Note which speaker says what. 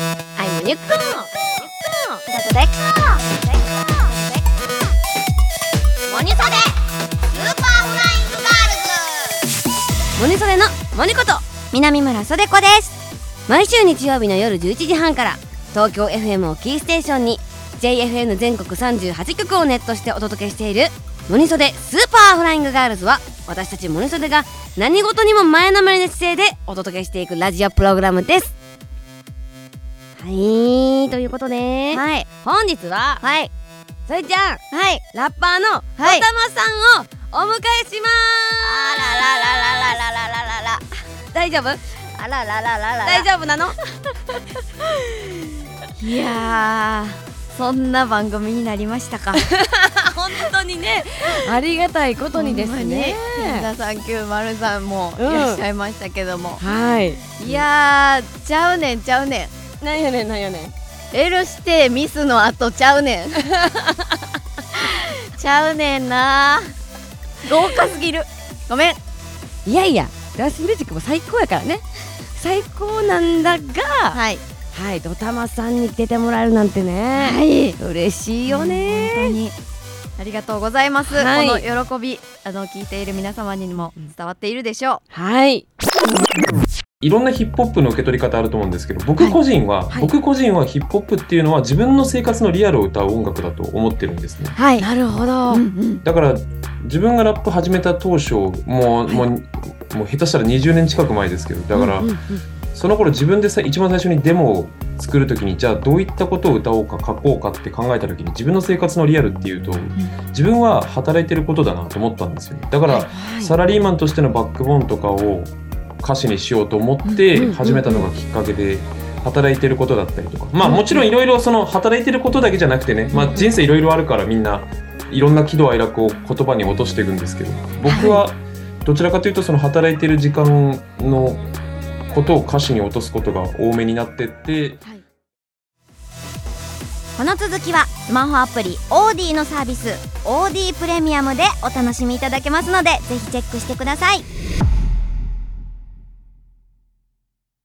Speaker 1: ゆっくろだだだっこモニソデスーパーフライングガールズモニソデのモニこと南村そでこです毎週日曜日の夜11時半から東京 FM をキーステーションに JFN 全国38局をネットしてお届けしている「モニソデスーパーフライングガールズは」私たちモニソデが何事にも前のめりな姿勢でお届けしていくラジオプログラムです。はいということで、
Speaker 2: はい
Speaker 1: 本日は、
Speaker 2: はい
Speaker 1: それじゃん
Speaker 2: はい
Speaker 1: ラッパーのおたま
Speaker 2: はい
Speaker 1: さんをお迎えしま
Speaker 2: あ
Speaker 1: ーす、大丈夫
Speaker 2: ららららららららあららららら
Speaker 1: 大丈夫 なの
Speaker 2: いやーそんな番組になりました か
Speaker 1: 本当にねありがたいことにですね
Speaker 2: 皆さん九丸さんもい
Speaker 1: うん
Speaker 2: らっしゃいましたけども、
Speaker 1: はい
Speaker 2: いやーちゃうねんちゃうねん
Speaker 1: なんやねんなんやねん
Speaker 2: エルしてミスの後ちゃうねんちゃうねんな豪華すぎるごめん
Speaker 1: いやいやダンスミュージックも最高やからね最高なんだが
Speaker 2: はい
Speaker 1: はいドタマさんに出てもらえるなんてね
Speaker 2: い
Speaker 1: 嬉しいよ
Speaker 2: 本当
Speaker 1: ね
Speaker 2: にありがとうございます、
Speaker 1: はい
Speaker 2: この喜びあの聞いている皆様にも伝わっているでしょ
Speaker 1: はい
Speaker 3: いろんなヒップホップの受け取り方あると思うんですけど僕
Speaker 2: はい
Speaker 3: 個人は、
Speaker 1: はい
Speaker 3: 僕個人はヒップホップっていうのは自分の生活のリアルを歌う音楽だと思ってるんですね
Speaker 2: うはい
Speaker 1: なるほど
Speaker 2: うんうん
Speaker 3: だから自分がラップ始めた当初もう,、もうもう下手したら20年近く前ですけどだから、
Speaker 1: うんうんうん
Speaker 3: その頃自分でさ一番最初にデモを作る時にじゃあどういったことを歌おうか書こうかって考えた時に自分の生活のリアルっていうと、自分は働いてることだなと思ったんですよねだから、
Speaker 1: はい
Speaker 3: サラリーマンとしてのバックボーンとかを歌詞にしようと思っ
Speaker 1: うんうんうんう
Speaker 3: て
Speaker 1: ん
Speaker 3: 始めたのがきっかけで働いてることだったりとかまあもちろんいろいろその働いてることだけじゃなくてね、まあ、人生いろいろあるからみんないろんな喜怒哀楽を言葉に落としていくんですけど僕はどちらかというとその働いてる時間のことを歌詞に落とすことが多めになってって
Speaker 4: この続きはスマホアプリオーディのサービスオーディプレミアムでお楽しみいただけますのでぜひチェックしてください